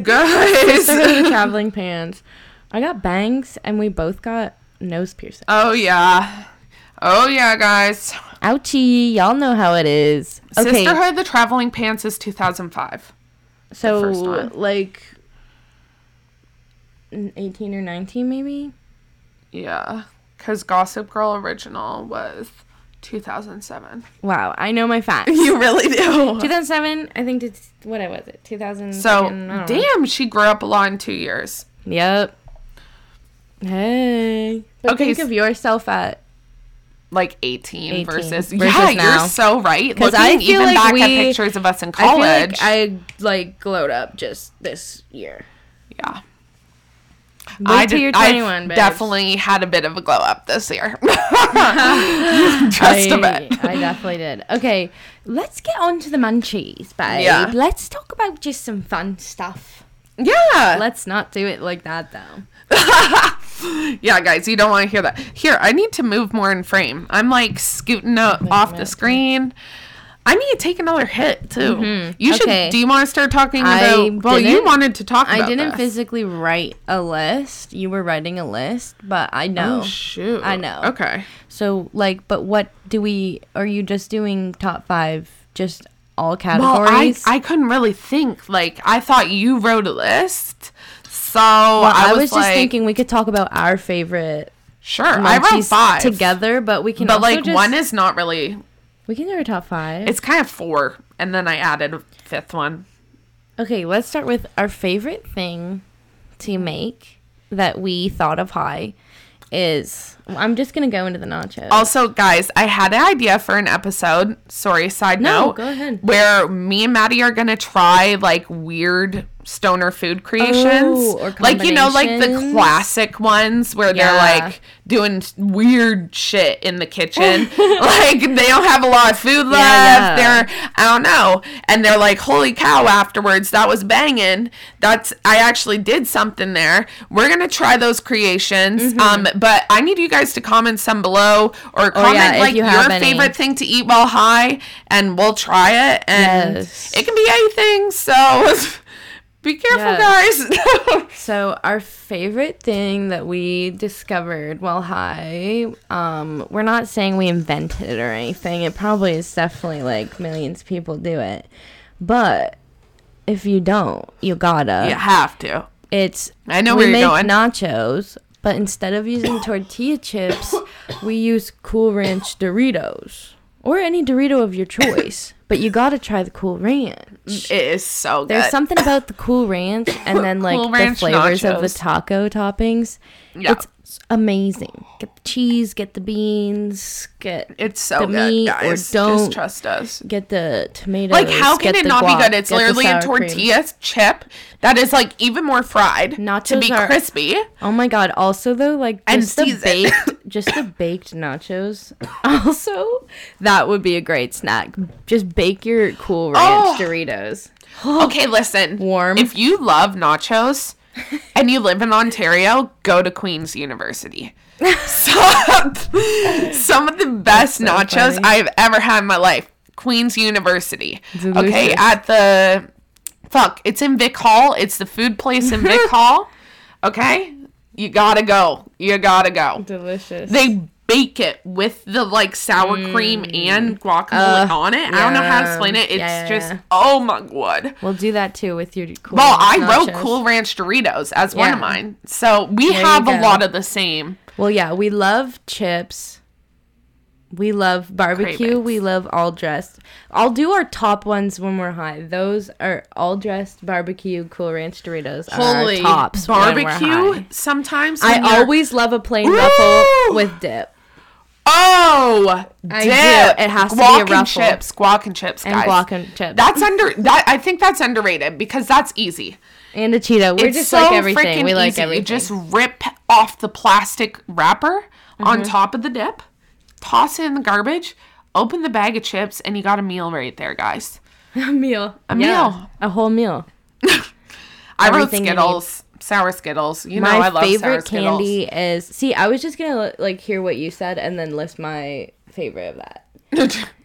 Speaker 2: guys.
Speaker 1: started traveling pants. I got bangs and we both got nose piercing.
Speaker 2: Oh yeah. Oh yeah, guys.
Speaker 1: Ouchie, y'all know how it is. Okay.
Speaker 2: Sisterhood of the Traveling Pants is 2005.
Speaker 1: so
Speaker 2: first one.
Speaker 1: like n- 18 or 19 maybe?
Speaker 2: Yeah, because Gossip Girl original was 2007.
Speaker 1: Wow, I know my facts. *laughs*
Speaker 2: *laughs* You really do.
Speaker 1: 2007, I think it's what was it? 2000.
Speaker 2: So
Speaker 1: fucking- I don't know.
Speaker 2: damn, she grew up a lot in two years.
Speaker 1: Yep. Hey. But
Speaker 2: Okay,
Speaker 1: think
Speaker 2: s-
Speaker 1: of yourself at
Speaker 2: like 18,
Speaker 1: 18
Speaker 2: versus,
Speaker 1: versus
Speaker 2: yeah
Speaker 1: now.
Speaker 2: you're so right
Speaker 1: 'Cause
Speaker 2: looking
Speaker 1: I feel
Speaker 2: even
Speaker 1: like
Speaker 2: back at
Speaker 1: we-
Speaker 2: pictures of us in
Speaker 1: I
Speaker 2: college
Speaker 1: feel like I like glowed up just this year.
Speaker 2: yeah
Speaker 1: Wait
Speaker 2: I
Speaker 1: till
Speaker 2: did-
Speaker 1: you're
Speaker 2: I
Speaker 1: 21, babes.
Speaker 2: definitely had a bit of a glow up
Speaker 1: *laughs*
Speaker 2: this year *laughs* just a
Speaker 1: I,
Speaker 2: bit
Speaker 1: *laughs* I definitely did. Okay, let's get on to the munchies, babe.
Speaker 2: Yeah.
Speaker 1: Let's talk about just some fun stuff.
Speaker 2: yeah
Speaker 1: Let's not do it like that though.
Speaker 2: yeah guys you don't want to hear that here i need to move more in frame i'm like scooting o- off the screen i need to take another hit too you should
Speaker 1: Mm-hmm. Okay.
Speaker 2: do you want to start talking
Speaker 1: I
Speaker 2: about well you
Speaker 1: didn't-
Speaker 2: wanted to talk about
Speaker 1: I didn't
Speaker 2: this.
Speaker 1: physically write a list. You were writing a list, but I know.
Speaker 2: oh shoot
Speaker 1: I know.
Speaker 2: okay
Speaker 1: so like, but what do we? Are you just doing top five? Just all categories?
Speaker 2: I, I couldn't really think. Like, I thought you wrote a list. So
Speaker 1: I,
Speaker 2: I,
Speaker 1: was, just
Speaker 2: like,
Speaker 1: thinking we could talk about our favorite
Speaker 2: sure, I wrote
Speaker 1: munchies
Speaker 2: five.
Speaker 1: together, but we can
Speaker 2: But
Speaker 1: also
Speaker 2: like,
Speaker 1: just-
Speaker 2: one is not really,
Speaker 1: we can do our top five.
Speaker 2: it's kind of four. And then I added a fifth one.
Speaker 1: Okay, let's start with our favorite thing to make that we thought of high is I'm just gonna go into the nachos.
Speaker 2: Also, guys, I had an idea for an episode. Sorry, side
Speaker 1: No,
Speaker 2: note.
Speaker 1: go ahead.
Speaker 2: Where me and Maddie are gonna try like weird stoner food creations,
Speaker 1: Oh, or
Speaker 2: like you know, like the
Speaker 1: combinations.
Speaker 2: classic ones where
Speaker 1: Yeah.
Speaker 2: they're like doing s- weird shit in
Speaker 1: *laughs*
Speaker 2: the kitchen. like they don't have a lot of food left.
Speaker 1: yeah.
Speaker 2: They're I don't know, and they're like, "Holy cow!" Afterwards, that was banging. That's I actually did something there. We're gonna try those creations.
Speaker 1: Mm-hmm.
Speaker 2: Um, but I need you guys to comment some below or comment
Speaker 1: Oh, yeah, if
Speaker 2: like
Speaker 1: you
Speaker 2: your
Speaker 1: have any.
Speaker 2: favorite thing to eat while high, and we'll try it. And
Speaker 1: Yes.
Speaker 2: it can be anything. So *laughs* be careful, guys. *laughs*
Speaker 1: So our favorite thing that we discovered while high, um, we're not saying we invented it or anything. It probably is definitely like millions of people do it. But if you don't, you gotta.
Speaker 2: you have to.
Speaker 1: It's
Speaker 2: I know
Speaker 1: we
Speaker 2: where you're
Speaker 1: make
Speaker 2: going.
Speaker 1: nachos, but instead of
Speaker 2: *coughs*
Speaker 1: using tortilla chips, we use Cool Ranch Doritos or any Dorito of your
Speaker 2: *coughs*
Speaker 1: choice. but you gotta try the Cool Ranch.
Speaker 2: It is so good.
Speaker 1: There's something
Speaker 2: *coughs*
Speaker 1: about the Cool Ranch and then like
Speaker 2: Cool
Speaker 1: the
Speaker 2: Ranch
Speaker 1: flavors of the
Speaker 2: nachos.
Speaker 1: taco toppings.
Speaker 2: Yeah.
Speaker 1: It's It's amazing. Get the cheese, get the beans, get
Speaker 2: It's so
Speaker 1: The
Speaker 2: good,
Speaker 1: meat or
Speaker 2: guys.
Speaker 1: don't.
Speaker 2: Just trust us.
Speaker 1: get the tomatoes.
Speaker 2: Like, how can
Speaker 1: get
Speaker 2: it
Speaker 1: the
Speaker 2: not be
Speaker 1: guac,
Speaker 2: good? It's
Speaker 1: get the
Speaker 2: literally a
Speaker 1: sour cream.
Speaker 2: tortilla chip that is like even more fried to be
Speaker 1: Nachos are-
Speaker 2: crispy.
Speaker 1: Oh my god! Also though, like
Speaker 2: And
Speaker 1: just the
Speaker 2: seasoned. *laughs*
Speaker 1: baked, just the baked nachos. Also, that would be a great snack. Just bake your Cool Ranch
Speaker 2: Oh.
Speaker 1: Doritos.
Speaker 2: Okay, listen.
Speaker 1: Warm.
Speaker 2: If you love
Speaker 1: *laughs*
Speaker 2: nachos and you live in Ontario, go to Queen's
Speaker 1: *laughs*
Speaker 2: University. some, *laughs* some of the best
Speaker 1: so
Speaker 2: nachos
Speaker 1: funny.
Speaker 2: I've ever had in my life. Queen's University. Okay,
Speaker 1: Delicious.
Speaker 2: at the fuck, it's in Vic Hall. It's the food place in
Speaker 1: *laughs*
Speaker 2: Vic Hall. Okay? You gotta go. You gotta go.
Speaker 1: Delicious.
Speaker 2: They bake it with the like sour cream and guacamole
Speaker 1: Mm. Ugh,
Speaker 2: on it. I don't know how to explain
Speaker 1: yum.
Speaker 2: it. It's
Speaker 1: Yeah, yeah,
Speaker 2: just
Speaker 1: yeah.
Speaker 2: oh my god.
Speaker 1: we'll do that too with your Cool.
Speaker 2: Well, I
Speaker 1: Ranch
Speaker 2: wrote
Speaker 1: nachos.
Speaker 2: Cool Ranch Doritos as one of
Speaker 1: Yeah.
Speaker 2: mine. So we
Speaker 1: you
Speaker 2: have a
Speaker 1: go.
Speaker 2: lot of the same.
Speaker 1: Well, yeah, we love chips. We love barbecue.
Speaker 2: Cravings.
Speaker 1: We love all dressed. I'll do our top ones when we're high. Those are all dressed barbecue Cool Ranch Doritos.
Speaker 2: Holy
Speaker 1: are our tops barbecue.
Speaker 2: barbecue sometimes.
Speaker 1: I
Speaker 2: when you're-
Speaker 1: always love a plain
Speaker 2: Woo!
Speaker 1: ruffle with dip.
Speaker 2: Oh,
Speaker 1: I do.
Speaker 2: dip.
Speaker 1: It has to be
Speaker 2: guac
Speaker 1: a
Speaker 2: and
Speaker 1: ruffle.
Speaker 2: chips, guac and chips,
Speaker 1: And
Speaker 2: guys.
Speaker 1: guac and chips.
Speaker 2: That's under that. I think that's underrated because that's easy.
Speaker 1: and a Cheeto. We're
Speaker 2: it's
Speaker 1: just
Speaker 2: so
Speaker 1: like everything.
Speaker 2: freaking
Speaker 1: We like
Speaker 2: easy.
Speaker 1: everything.
Speaker 2: You just rip off the plastic wrapper
Speaker 1: Mm-hmm.
Speaker 2: on top of the dip, toss it in the garbage, open the bag of chips, and you got a meal right there, guys.
Speaker 1: a meal. A
Speaker 2: meal.
Speaker 1: A whole meal.
Speaker 2: I wrote
Speaker 1: Everything you need.
Speaker 2: Skittles, sour Skittles. You
Speaker 1: My
Speaker 2: know I love sour
Speaker 1: favorite
Speaker 2: Skittles.
Speaker 1: candy is See, I was just gonna like hear what you said and then list my favorite of that.
Speaker 2: *laughs*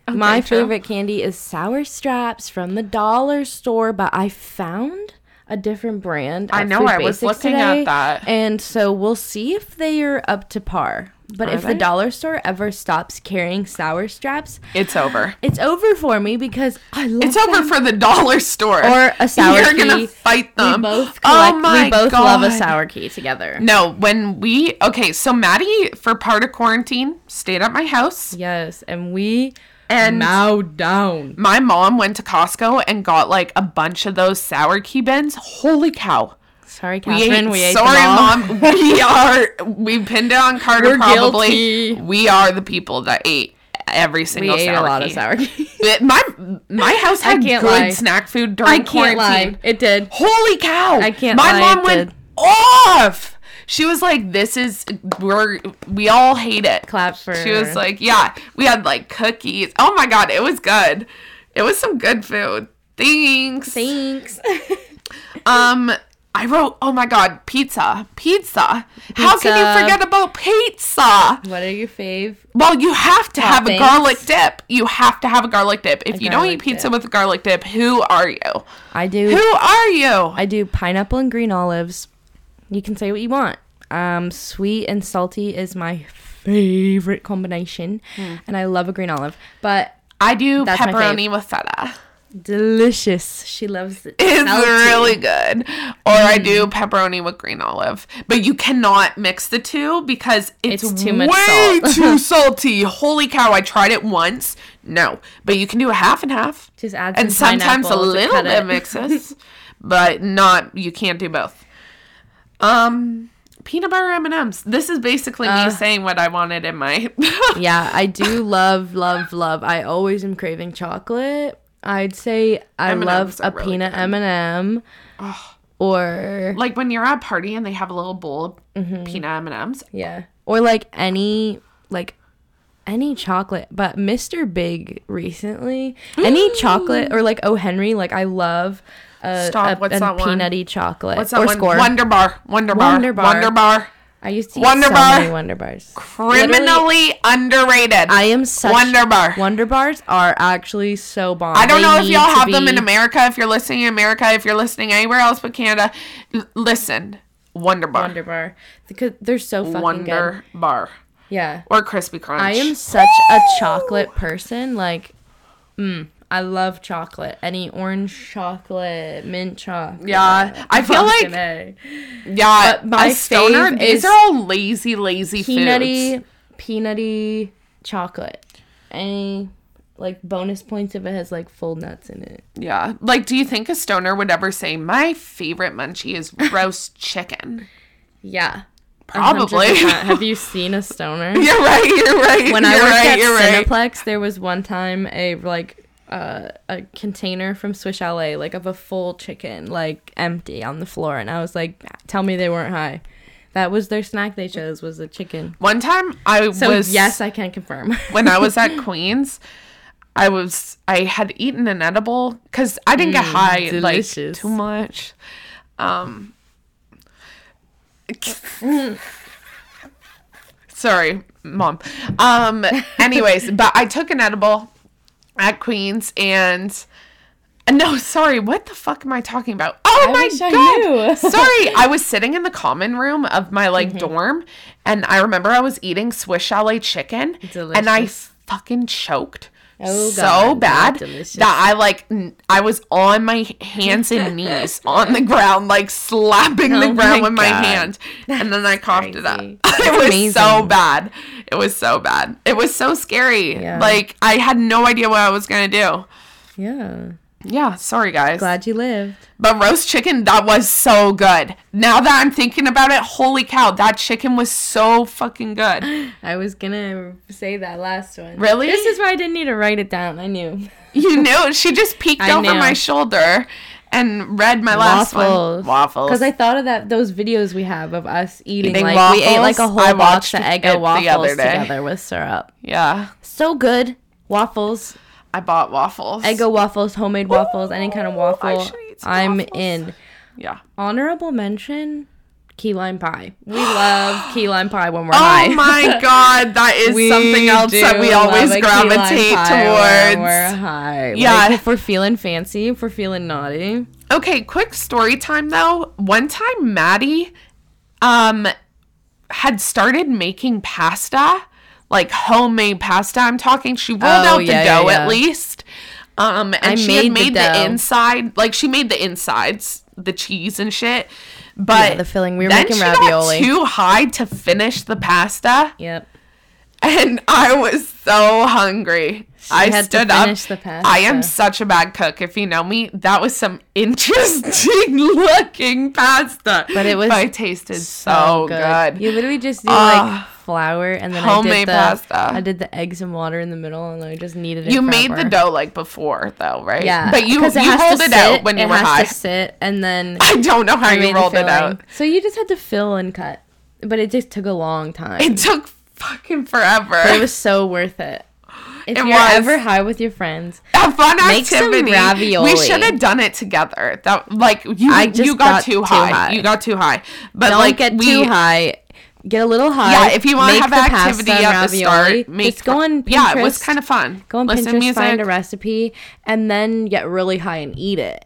Speaker 2: Okay,
Speaker 1: my
Speaker 2: true.
Speaker 1: favorite candy is sour straps from the dollar store, but I found a different brand.
Speaker 2: I
Speaker 1: at
Speaker 2: know,
Speaker 1: Food
Speaker 2: I was
Speaker 1: Basics
Speaker 2: looking at that.
Speaker 1: and so we'll see if they are up to par. But
Speaker 2: Are
Speaker 1: if
Speaker 2: they?
Speaker 1: the dollar store ever stops carrying sour straps,
Speaker 2: It's over.
Speaker 1: it's over for me because I love.
Speaker 2: It's over
Speaker 1: them.
Speaker 2: for the dollar store.
Speaker 1: Or
Speaker 2: *laughs*
Speaker 1: a sour
Speaker 2: You're gonna
Speaker 1: key.
Speaker 2: fight them.
Speaker 1: We both collect.
Speaker 2: oh my
Speaker 1: we both
Speaker 2: God.
Speaker 1: love a sour key together.
Speaker 2: No, when we okay, so Maddie for part of quarantine stayed at my house.
Speaker 1: Yes, and we
Speaker 2: And-
Speaker 1: now down.
Speaker 2: My mom went to Costco and got like a bunch of those sour key bins. Holy cow!
Speaker 1: Sorry,
Speaker 2: We
Speaker 1: Catherine.
Speaker 2: ate-
Speaker 1: We ate,
Speaker 2: sorry,
Speaker 1: them all. *laughs*
Speaker 2: mom. We are. We pinned it on Carter.
Speaker 1: We're
Speaker 2: probably.
Speaker 1: guilty.
Speaker 2: We are the people that ate every
Speaker 1: We
Speaker 2: single.
Speaker 1: ate a
Speaker 2: sour
Speaker 1: lot
Speaker 2: key.
Speaker 1: of sour key.
Speaker 2: It- my my house
Speaker 1: I
Speaker 2: had good
Speaker 1: can't lie.
Speaker 2: snack food during
Speaker 1: I can't
Speaker 2: quarantine.
Speaker 1: lie. It did.
Speaker 2: Holy cow!
Speaker 1: I can't
Speaker 2: My
Speaker 1: lie,
Speaker 2: mom
Speaker 1: it
Speaker 2: went
Speaker 1: did.
Speaker 2: off. She was like, "This is we're we all hate it."
Speaker 1: Clap for.
Speaker 2: She was like, "Yeah, we had like cookies. Oh my god, it was good. It was some good food. Thanks."
Speaker 1: *laughs* thanks.
Speaker 2: Um, I wrote, "Oh my god, pizza, pizza. How can you
Speaker 1: Pizza.
Speaker 2: forget about pizza?"
Speaker 1: what are your fave?
Speaker 2: Well, you have
Speaker 1: Oh,
Speaker 2: to have a
Speaker 1: Toppings.
Speaker 2: garlic dip. You have to have a garlic dip. If you don't eat
Speaker 1: garlic
Speaker 2: pizza
Speaker 1: dip.
Speaker 2: with a garlic dip, who are you?
Speaker 1: I
Speaker 2: Who
Speaker 1: do.
Speaker 2: are you?
Speaker 1: I do pineapple and green olives. You can say what you want. Um, sweet and salty is my favorite combination, and I love a green olive. But
Speaker 2: I do
Speaker 1: That's my
Speaker 2: pepperoni with feta.
Speaker 1: delicious. She loves it.
Speaker 2: It's
Speaker 1: Salty.
Speaker 2: really good. Or I do
Speaker 1: Mm.
Speaker 2: pepperoni with green olive. But you cannot mix the two because it's,
Speaker 1: It's too much
Speaker 2: way
Speaker 1: salt. *laughs*
Speaker 2: too salty. Holy cow, I tried it once. No. But you can do a half and half.
Speaker 1: Just add
Speaker 2: and
Speaker 1: some
Speaker 2: sometimes a
Speaker 1: pineapple to
Speaker 2: little
Speaker 1: cut
Speaker 2: bit
Speaker 1: it. *laughs*
Speaker 2: mixes. but not you can't do both. Um peanut butter M&Ms. This is basically me
Speaker 1: Uh.
Speaker 2: saying what I wanted in my
Speaker 1: yeah, I do love, love, love. I always am craving chocolate. I'd say I
Speaker 2: M&Ms
Speaker 1: love
Speaker 2: are
Speaker 1: a
Speaker 2: really
Speaker 1: peanut
Speaker 2: good.
Speaker 1: M and M, or
Speaker 2: *laughs* like when you're at a party and they have a little bowl of
Speaker 1: Mm-hmm.
Speaker 2: peanut M&Ms.
Speaker 1: yeah, or like any like any chocolate. But Mr. Big recently,
Speaker 2: *gasps*
Speaker 1: any chocolate or like Oh Henry, like I love a,
Speaker 2: Stop,
Speaker 1: a,
Speaker 2: what's
Speaker 1: a
Speaker 2: that one?
Speaker 1: peanutty chocolate
Speaker 2: What's that
Speaker 1: or
Speaker 2: one?
Speaker 1: score.
Speaker 2: Wonder Bar. Wonder Bar. Wonder
Speaker 1: Wonder
Speaker 2: Bar.
Speaker 1: Bar. I used to eat
Speaker 2: Wonder
Speaker 1: so
Speaker 2: Bar.
Speaker 1: many Wonder Bars. Literally,
Speaker 2: Criminally underrated.
Speaker 1: I
Speaker 2: I,
Speaker 1: am such
Speaker 2: Wonder Bar.
Speaker 1: Wonder Bars are actually so bomb.
Speaker 2: don't
Speaker 1: They
Speaker 2: know if
Speaker 1: need
Speaker 2: y'all
Speaker 1: to
Speaker 2: have them
Speaker 1: be-
Speaker 2: in America. If you're listening in America, if you're listening anywhere else but Canada, l- listen. Wonder Bar. Wonder,
Speaker 1: Wonder Bar because they're so fucking good.
Speaker 2: Bar.
Speaker 1: Yeah,
Speaker 2: Or Krispy Crunch.
Speaker 1: I am such a chocolate person. Like, mm, I love chocolate. Any orange chocolate, mint chocolate.
Speaker 2: Yeah, I feel
Speaker 1: fucking
Speaker 2: like
Speaker 1: A.
Speaker 2: yeah.
Speaker 1: But my
Speaker 2: a stoner.
Speaker 1: fave
Speaker 2: These
Speaker 1: is
Speaker 2: are all lazy, lazy
Speaker 1: peanutty,
Speaker 2: foods.
Speaker 1: peanutty chocolate. Any like bonus points if it has like full nuts in it.
Speaker 2: Yeah. Like, do you think a stoner would ever say my favorite munchie is roast chicken? *laughs*
Speaker 1: Yeah.
Speaker 2: Probably.
Speaker 1: 100%. Have
Speaker 2: *laughs*
Speaker 1: you seen a stoner?
Speaker 2: You're right. You're right.
Speaker 1: when
Speaker 2: *laughs* you're
Speaker 1: I worked
Speaker 2: right,
Speaker 1: at
Speaker 2: you're right.
Speaker 1: Cineplex, there was one time a like uh, a container from Swiss Chalet, like of a full chicken, like empty on the floor, and I was like, "Tell me they weren't high." That was their snack they chose was a chicken.
Speaker 2: One time I
Speaker 1: So
Speaker 2: was
Speaker 1: yes, I can confirm.
Speaker 2: *laughs* when I was at Queens, I was I had eaten an edible because I didn't get high like
Speaker 1: Mm, delicious.
Speaker 2: too much. Um, sorry, mom. Um, anyways, but I took an edible at Queens and. No, sorry. What the fuck am I talking about? Oh my
Speaker 1: wish I
Speaker 2: god!
Speaker 1: knew.
Speaker 2: sorry, I was sitting in the common room of my like
Speaker 1: Mm-hmm.
Speaker 2: dorm, and I remember I was eating Swiss Chalet chicken, and I
Speaker 1: Delicious.
Speaker 2: fucking choked
Speaker 1: Oh,
Speaker 2: so
Speaker 1: God,
Speaker 2: bad
Speaker 1: delicious.
Speaker 2: that I like n- I was on my hands
Speaker 1: *laughs*
Speaker 2: and knees on the ground, like slapping the
Speaker 1: Oh my
Speaker 2: ground with my
Speaker 1: God.
Speaker 2: hand, and then I coughed it up. *laughs*
Speaker 1: crazy.
Speaker 2: it was so
Speaker 1: amazing.
Speaker 2: bad. It was so bad. It was so scary.
Speaker 1: Yeah.
Speaker 2: Like I had no idea what I was gonna do.
Speaker 1: *laughs* yeah,
Speaker 2: Yeah, sorry guys.
Speaker 1: glad you lived.
Speaker 2: But roast chicken, that was so good. Now that I'm thinking about it, holy cow, that chicken was so
Speaker 1: *laughs*
Speaker 2: fucking good.
Speaker 1: I was gonna say that last one.
Speaker 2: Really?
Speaker 1: This is why I didn't need to write it down. I knew.
Speaker 2: You knew she just peeked
Speaker 1: I
Speaker 2: over
Speaker 1: know.
Speaker 2: my shoulder and read my *laughs* last
Speaker 1: Waffles.
Speaker 2: one. Waffles.
Speaker 1: Because I thought of that those videos we have of us eating,
Speaker 2: Eating
Speaker 1: like we ate like a
Speaker 2: waffles? I
Speaker 1: whole box
Speaker 2: watched
Speaker 1: of
Speaker 2: it
Speaker 1: Eggo
Speaker 2: the other
Speaker 1: waffles
Speaker 2: day.
Speaker 1: together with syrup.
Speaker 2: yeah,
Speaker 1: So good. Waffles,
Speaker 2: I bought waffles.
Speaker 1: Eggo waffles, homemade waffles, any kind of
Speaker 2: Ooh, I
Speaker 1: waffle.
Speaker 2: should eat some
Speaker 1: I'm
Speaker 2: waffles.
Speaker 1: in. *laughs*
Speaker 2: Yeah.
Speaker 1: Honorable mention, key lime pie.
Speaker 2: *gasps*
Speaker 1: We love key lime pie when we're high.
Speaker 2: Oh my god, that is
Speaker 1: *laughs* We
Speaker 2: something else that
Speaker 1: do
Speaker 2: we
Speaker 1: love
Speaker 2: always
Speaker 1: a key lime
Speaker 2: gravitate
Speaker 1: pie when We're
Speaker 2: towards.
Speaker 1: high.
Speaker 2: Yeah.
Speaker 1: Like, if we're feeling fancy, if we're feeling naughty.
Speaker 2: Okay, quick story time though. One time Maddie um had started making pasta, like homemade pasta. I'm talking she rolled out the
Speaker 1: Oh, yeah, yeah,
Speaker 2: dough
Speaker 1: yeah.
Speaker 2: at least. Um and
Speaker 1: I made the
Speaker 2: she had made the,
Speaker 1: dough.
Speaker 2: inside, like she made the insides, the cheese and shit. But
Speaker 1: Yeah, the filling. We were
Speaker 2: then
Speaker 1: making
Speaker 2: she
Speaker 1: ravioli.
Speaker 2: got too high to finish the pasta.
Speaker 1: Yep.
Speaker 2: and I was so hungry. I
Speaker 1: had to
Speaker 2: stood up.
Speaker 1: finish the pasta.
Speaker 2: I am such a bad cook. If you know me, that was some *laughs* interesting looking pasta.
Speaker 1: But it was
Speaker 2: I tasted so, good.
Speaker 1: You literally just do
Speaker 2: Ugh.
Speaker 1: like flour and then
Speaker 2: Ah. Homemade
Speaker 1: I did the,
Speaker 2: pasta.
Speaker 1: I did the eggs and water in the middle and then I just kneaded it.
Speaker 2: You made the
Speaker 1: forever.
Speaker 2: dough like before, though, right?
Speaker 1: Yeah,
Speaker 2: But you
Speaker 1: 'cause
Speaker 2: you
Speaker 1: has to
Speaker 2: rolled it out
Speaker 1: sit-
Speaker 2: when you
Speaker 1: it
Speaker 2: were
Speaker 1: has
Speaker 2: high. *laughs*
Speaker 1: To sit and then
Speaker 2: I don't know how
Speaker 1: I
Speaker 2: you
Speaker 1: made
Speaker 2: rolled
Speaker 1: the
Speaker 2: it
Speaker 1: filling.
Speaker 2: out.
Speaker 1: So you just had to fill and cut, but it just took a long time.
Speaker 2: It took fucking forever.
Speaker 1: But it was so worth
Speaker 2: *gasps*
Speaker 1: it. If
Speaker 2: It
Speaker 1: you're
Speaker 2: was.
Speaker 1: ever high with your friends,
Speaker 2: a fun
Speaker 1: Make some
Speaker 2: activity.
Speaker 1: ravioli.
Speaker 2: We should have done it together. That like you
Speaker 1: I just
Speaker 2: you got,
Speaker 1: got
Speaker 2: too,
Speaker 1: too
Speaker 2: high.
Speaker 1: high.
Speaker 2: You got too high. But
Speaker 1: don't
Speaker 2: like
Speaker 1: get
Speaker 2: we,
Speaker 1: too high. Get a little high.
Speaker 2: Yeah, if you want
Speaker 1: make
Speaker 2: to have
Speaker 1: the pasta
Speaker 2: activity
Speaker 1: and
Speaker 2: at the
Speaker 1: ravioli.
Speaker 2: start, make
Speaker 1: just go on Pinterest.
Speaker 2: Yeah, it was kind of fun.
Speaker 1: go on
Speaker 2: Listen
Speaker 1: Pinterest,
Speaker 2: to music.
Speaker 1: find a recipe, and then get really high and eat it.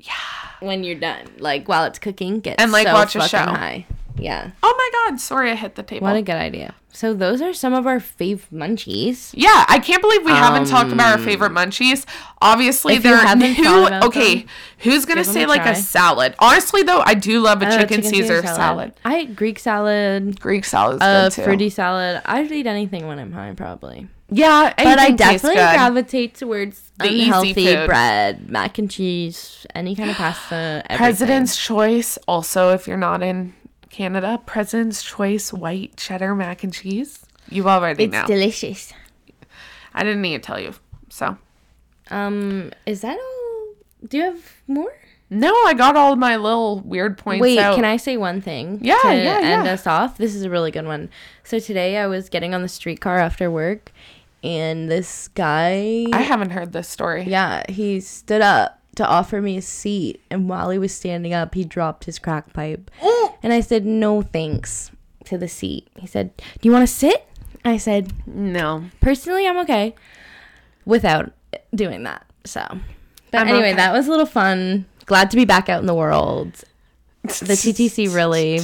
Speaker 1: Yeah. When you're done, like while it's cooking, get
Speaker 2: And, like,
Speaker 1: so
Speaker 2: watch a
Speaker 1: fucking
Speaker 2: show.
Speaker 1: High. Yeah.
Speaker 2: oh my god, sorry I hit the table.
Speaker 1: What a good idea. So those are some of our fave munchies.
Speaker 2: yeah, I can't believe we haven't talked about our favorite munchies. Obviously,
Speaker 1: Um, if you
Speaker 2: there are
Speaker 1: haven't
Speaker 2: who
Speaker 1: thought about
Speaker 2: okay,
Speaker 1: them,
Speaker 2: who's gonna
Speaker 1: give 'em
Speaker 2: say
Speaker 1: a
Speaker 2: like
Speaker 1: try.
Speaker 2: a salad? Honestly, though, I do love a
Speaker 1: Uh,
Speaker 2: chicken, Caesar salad.
Speaker 1: I eat Greek salad,
Speaker 2: Greek salad is
Speaker 1: uh,
Speaker 2: good too.
Speaker 1: fruity salad. I would eat anything when I'm high, probably.
Speaker 2: yeah,
Speaker 1: But I
Speaker 2: anything tastes
Speaker 1: definitely
Speaker 2: good.
Speaker 1: gravitate towards
Speaker 2: The easy
Speaker 1: unhealthy
Speaker 2: food.
Speaker 1: bread, mac and cheese, any kind of
Speaker 2: *gasps*
Speaker 1: pasta. everything.
Speaker 2: President's Choice. Also, if you're not in Canada, President's Choice white cheddar mac and cheese. You already
Speaker 1: It's
Speaker 2: know.
Speaker 1: delicious.
Speaker 2: I didn't need to tell you. So
Speaker 1: Um, is that all? Do you have more?
Speaker 2: no, I got all my little weird points
Speaker 1: Wait,
Speaker 2: out.
Speaker 1: can I say one thing?
Speaker 2: Yeah,
Speaker 1: to
Speaker 2: yeah,
Speaker 1: end
Speaker 2: yeah.
Speaker 1: us off. This is a really good one. So today I was getting on the streetcar after work, and this guy,
Speaker 2: I haven't heard this story.
Speaker 1: yeah, he stood up to offer me a seat, and while he was standing up, he dropped his crack
Speaker 2: *gasps*
Speaker 1: pipe, and I said no thanks to the seat. He said, "Do you want to sit?" I said,
Speaker 2: No.
Speaker 1: personally i'm okay without doing that so but
Speaker 2: I'm
Speaker 1: anyway
Speaker 2: okay.
Speaker 1: that was a little fun glad to be back out in the world
Speaker 2: *laughs*
Speaker 1: the ttc really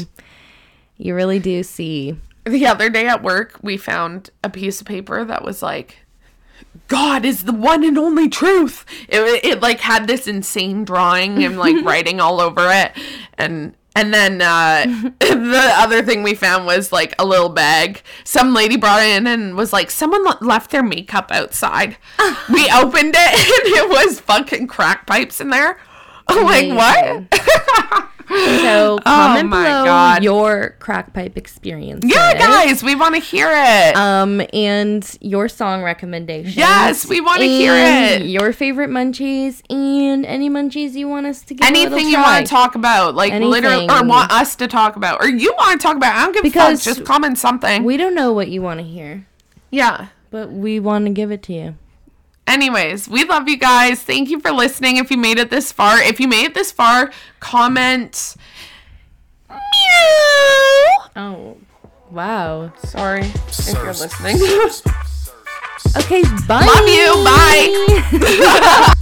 Speaker 1: you really do see
Speaker 2: The other day at work, we found a piece of paper that was like, God is the one and only truth. It, it like had this insane drawing
Speaker 1: *laughs*
Speaker 2: and like writing all over it. And and then uh, *laughs* the other thing we found was like a little bag. Some lady brought it in and was like, someone le- left their
Speaker 1: *laughs*
Speaker 2: makeup outside. we opened *laughs* it and it was fucking crack pipes in there. I'm like, what?
Speaker 1: So comment
Speaker 2: Oh my
Speaker 1: below
Speaker 2: God.
Speaker 1: your crack pipe experience.
Speaker 2: Yeah, guys, we want to hear it.
Speaker 1: Um, and your song recommendations.
Speaker 2: yes, we want to hear
Speaker 1: and
Speaker 2: it.
Speaker 1: Your favorite munchies and any munchies you want us to give.
Speaker 2: Anything you want to talk about, like literally, or
Speaker 1: Anything.
Speaker 2: want us to talk about, or you want to talk about. I don't give
Speaker 1: Because
Speaker 2: a fuck. Just comment something.
Speaker 1: We don't know what you want to hear,
Speaker 2: yeah.
Speaker 1: but we want to give it to you.
Speaker 2: Anyways, we love you guys. Thank you for listening. If you made it this far, if you made it this far, comment. Meow.
Speaker 1: Oh, wow.
Speaker 2: Sorry if *laughs* you're listening.
Speaker 1: Okay, bye.
Speaker 2: Love you, bye.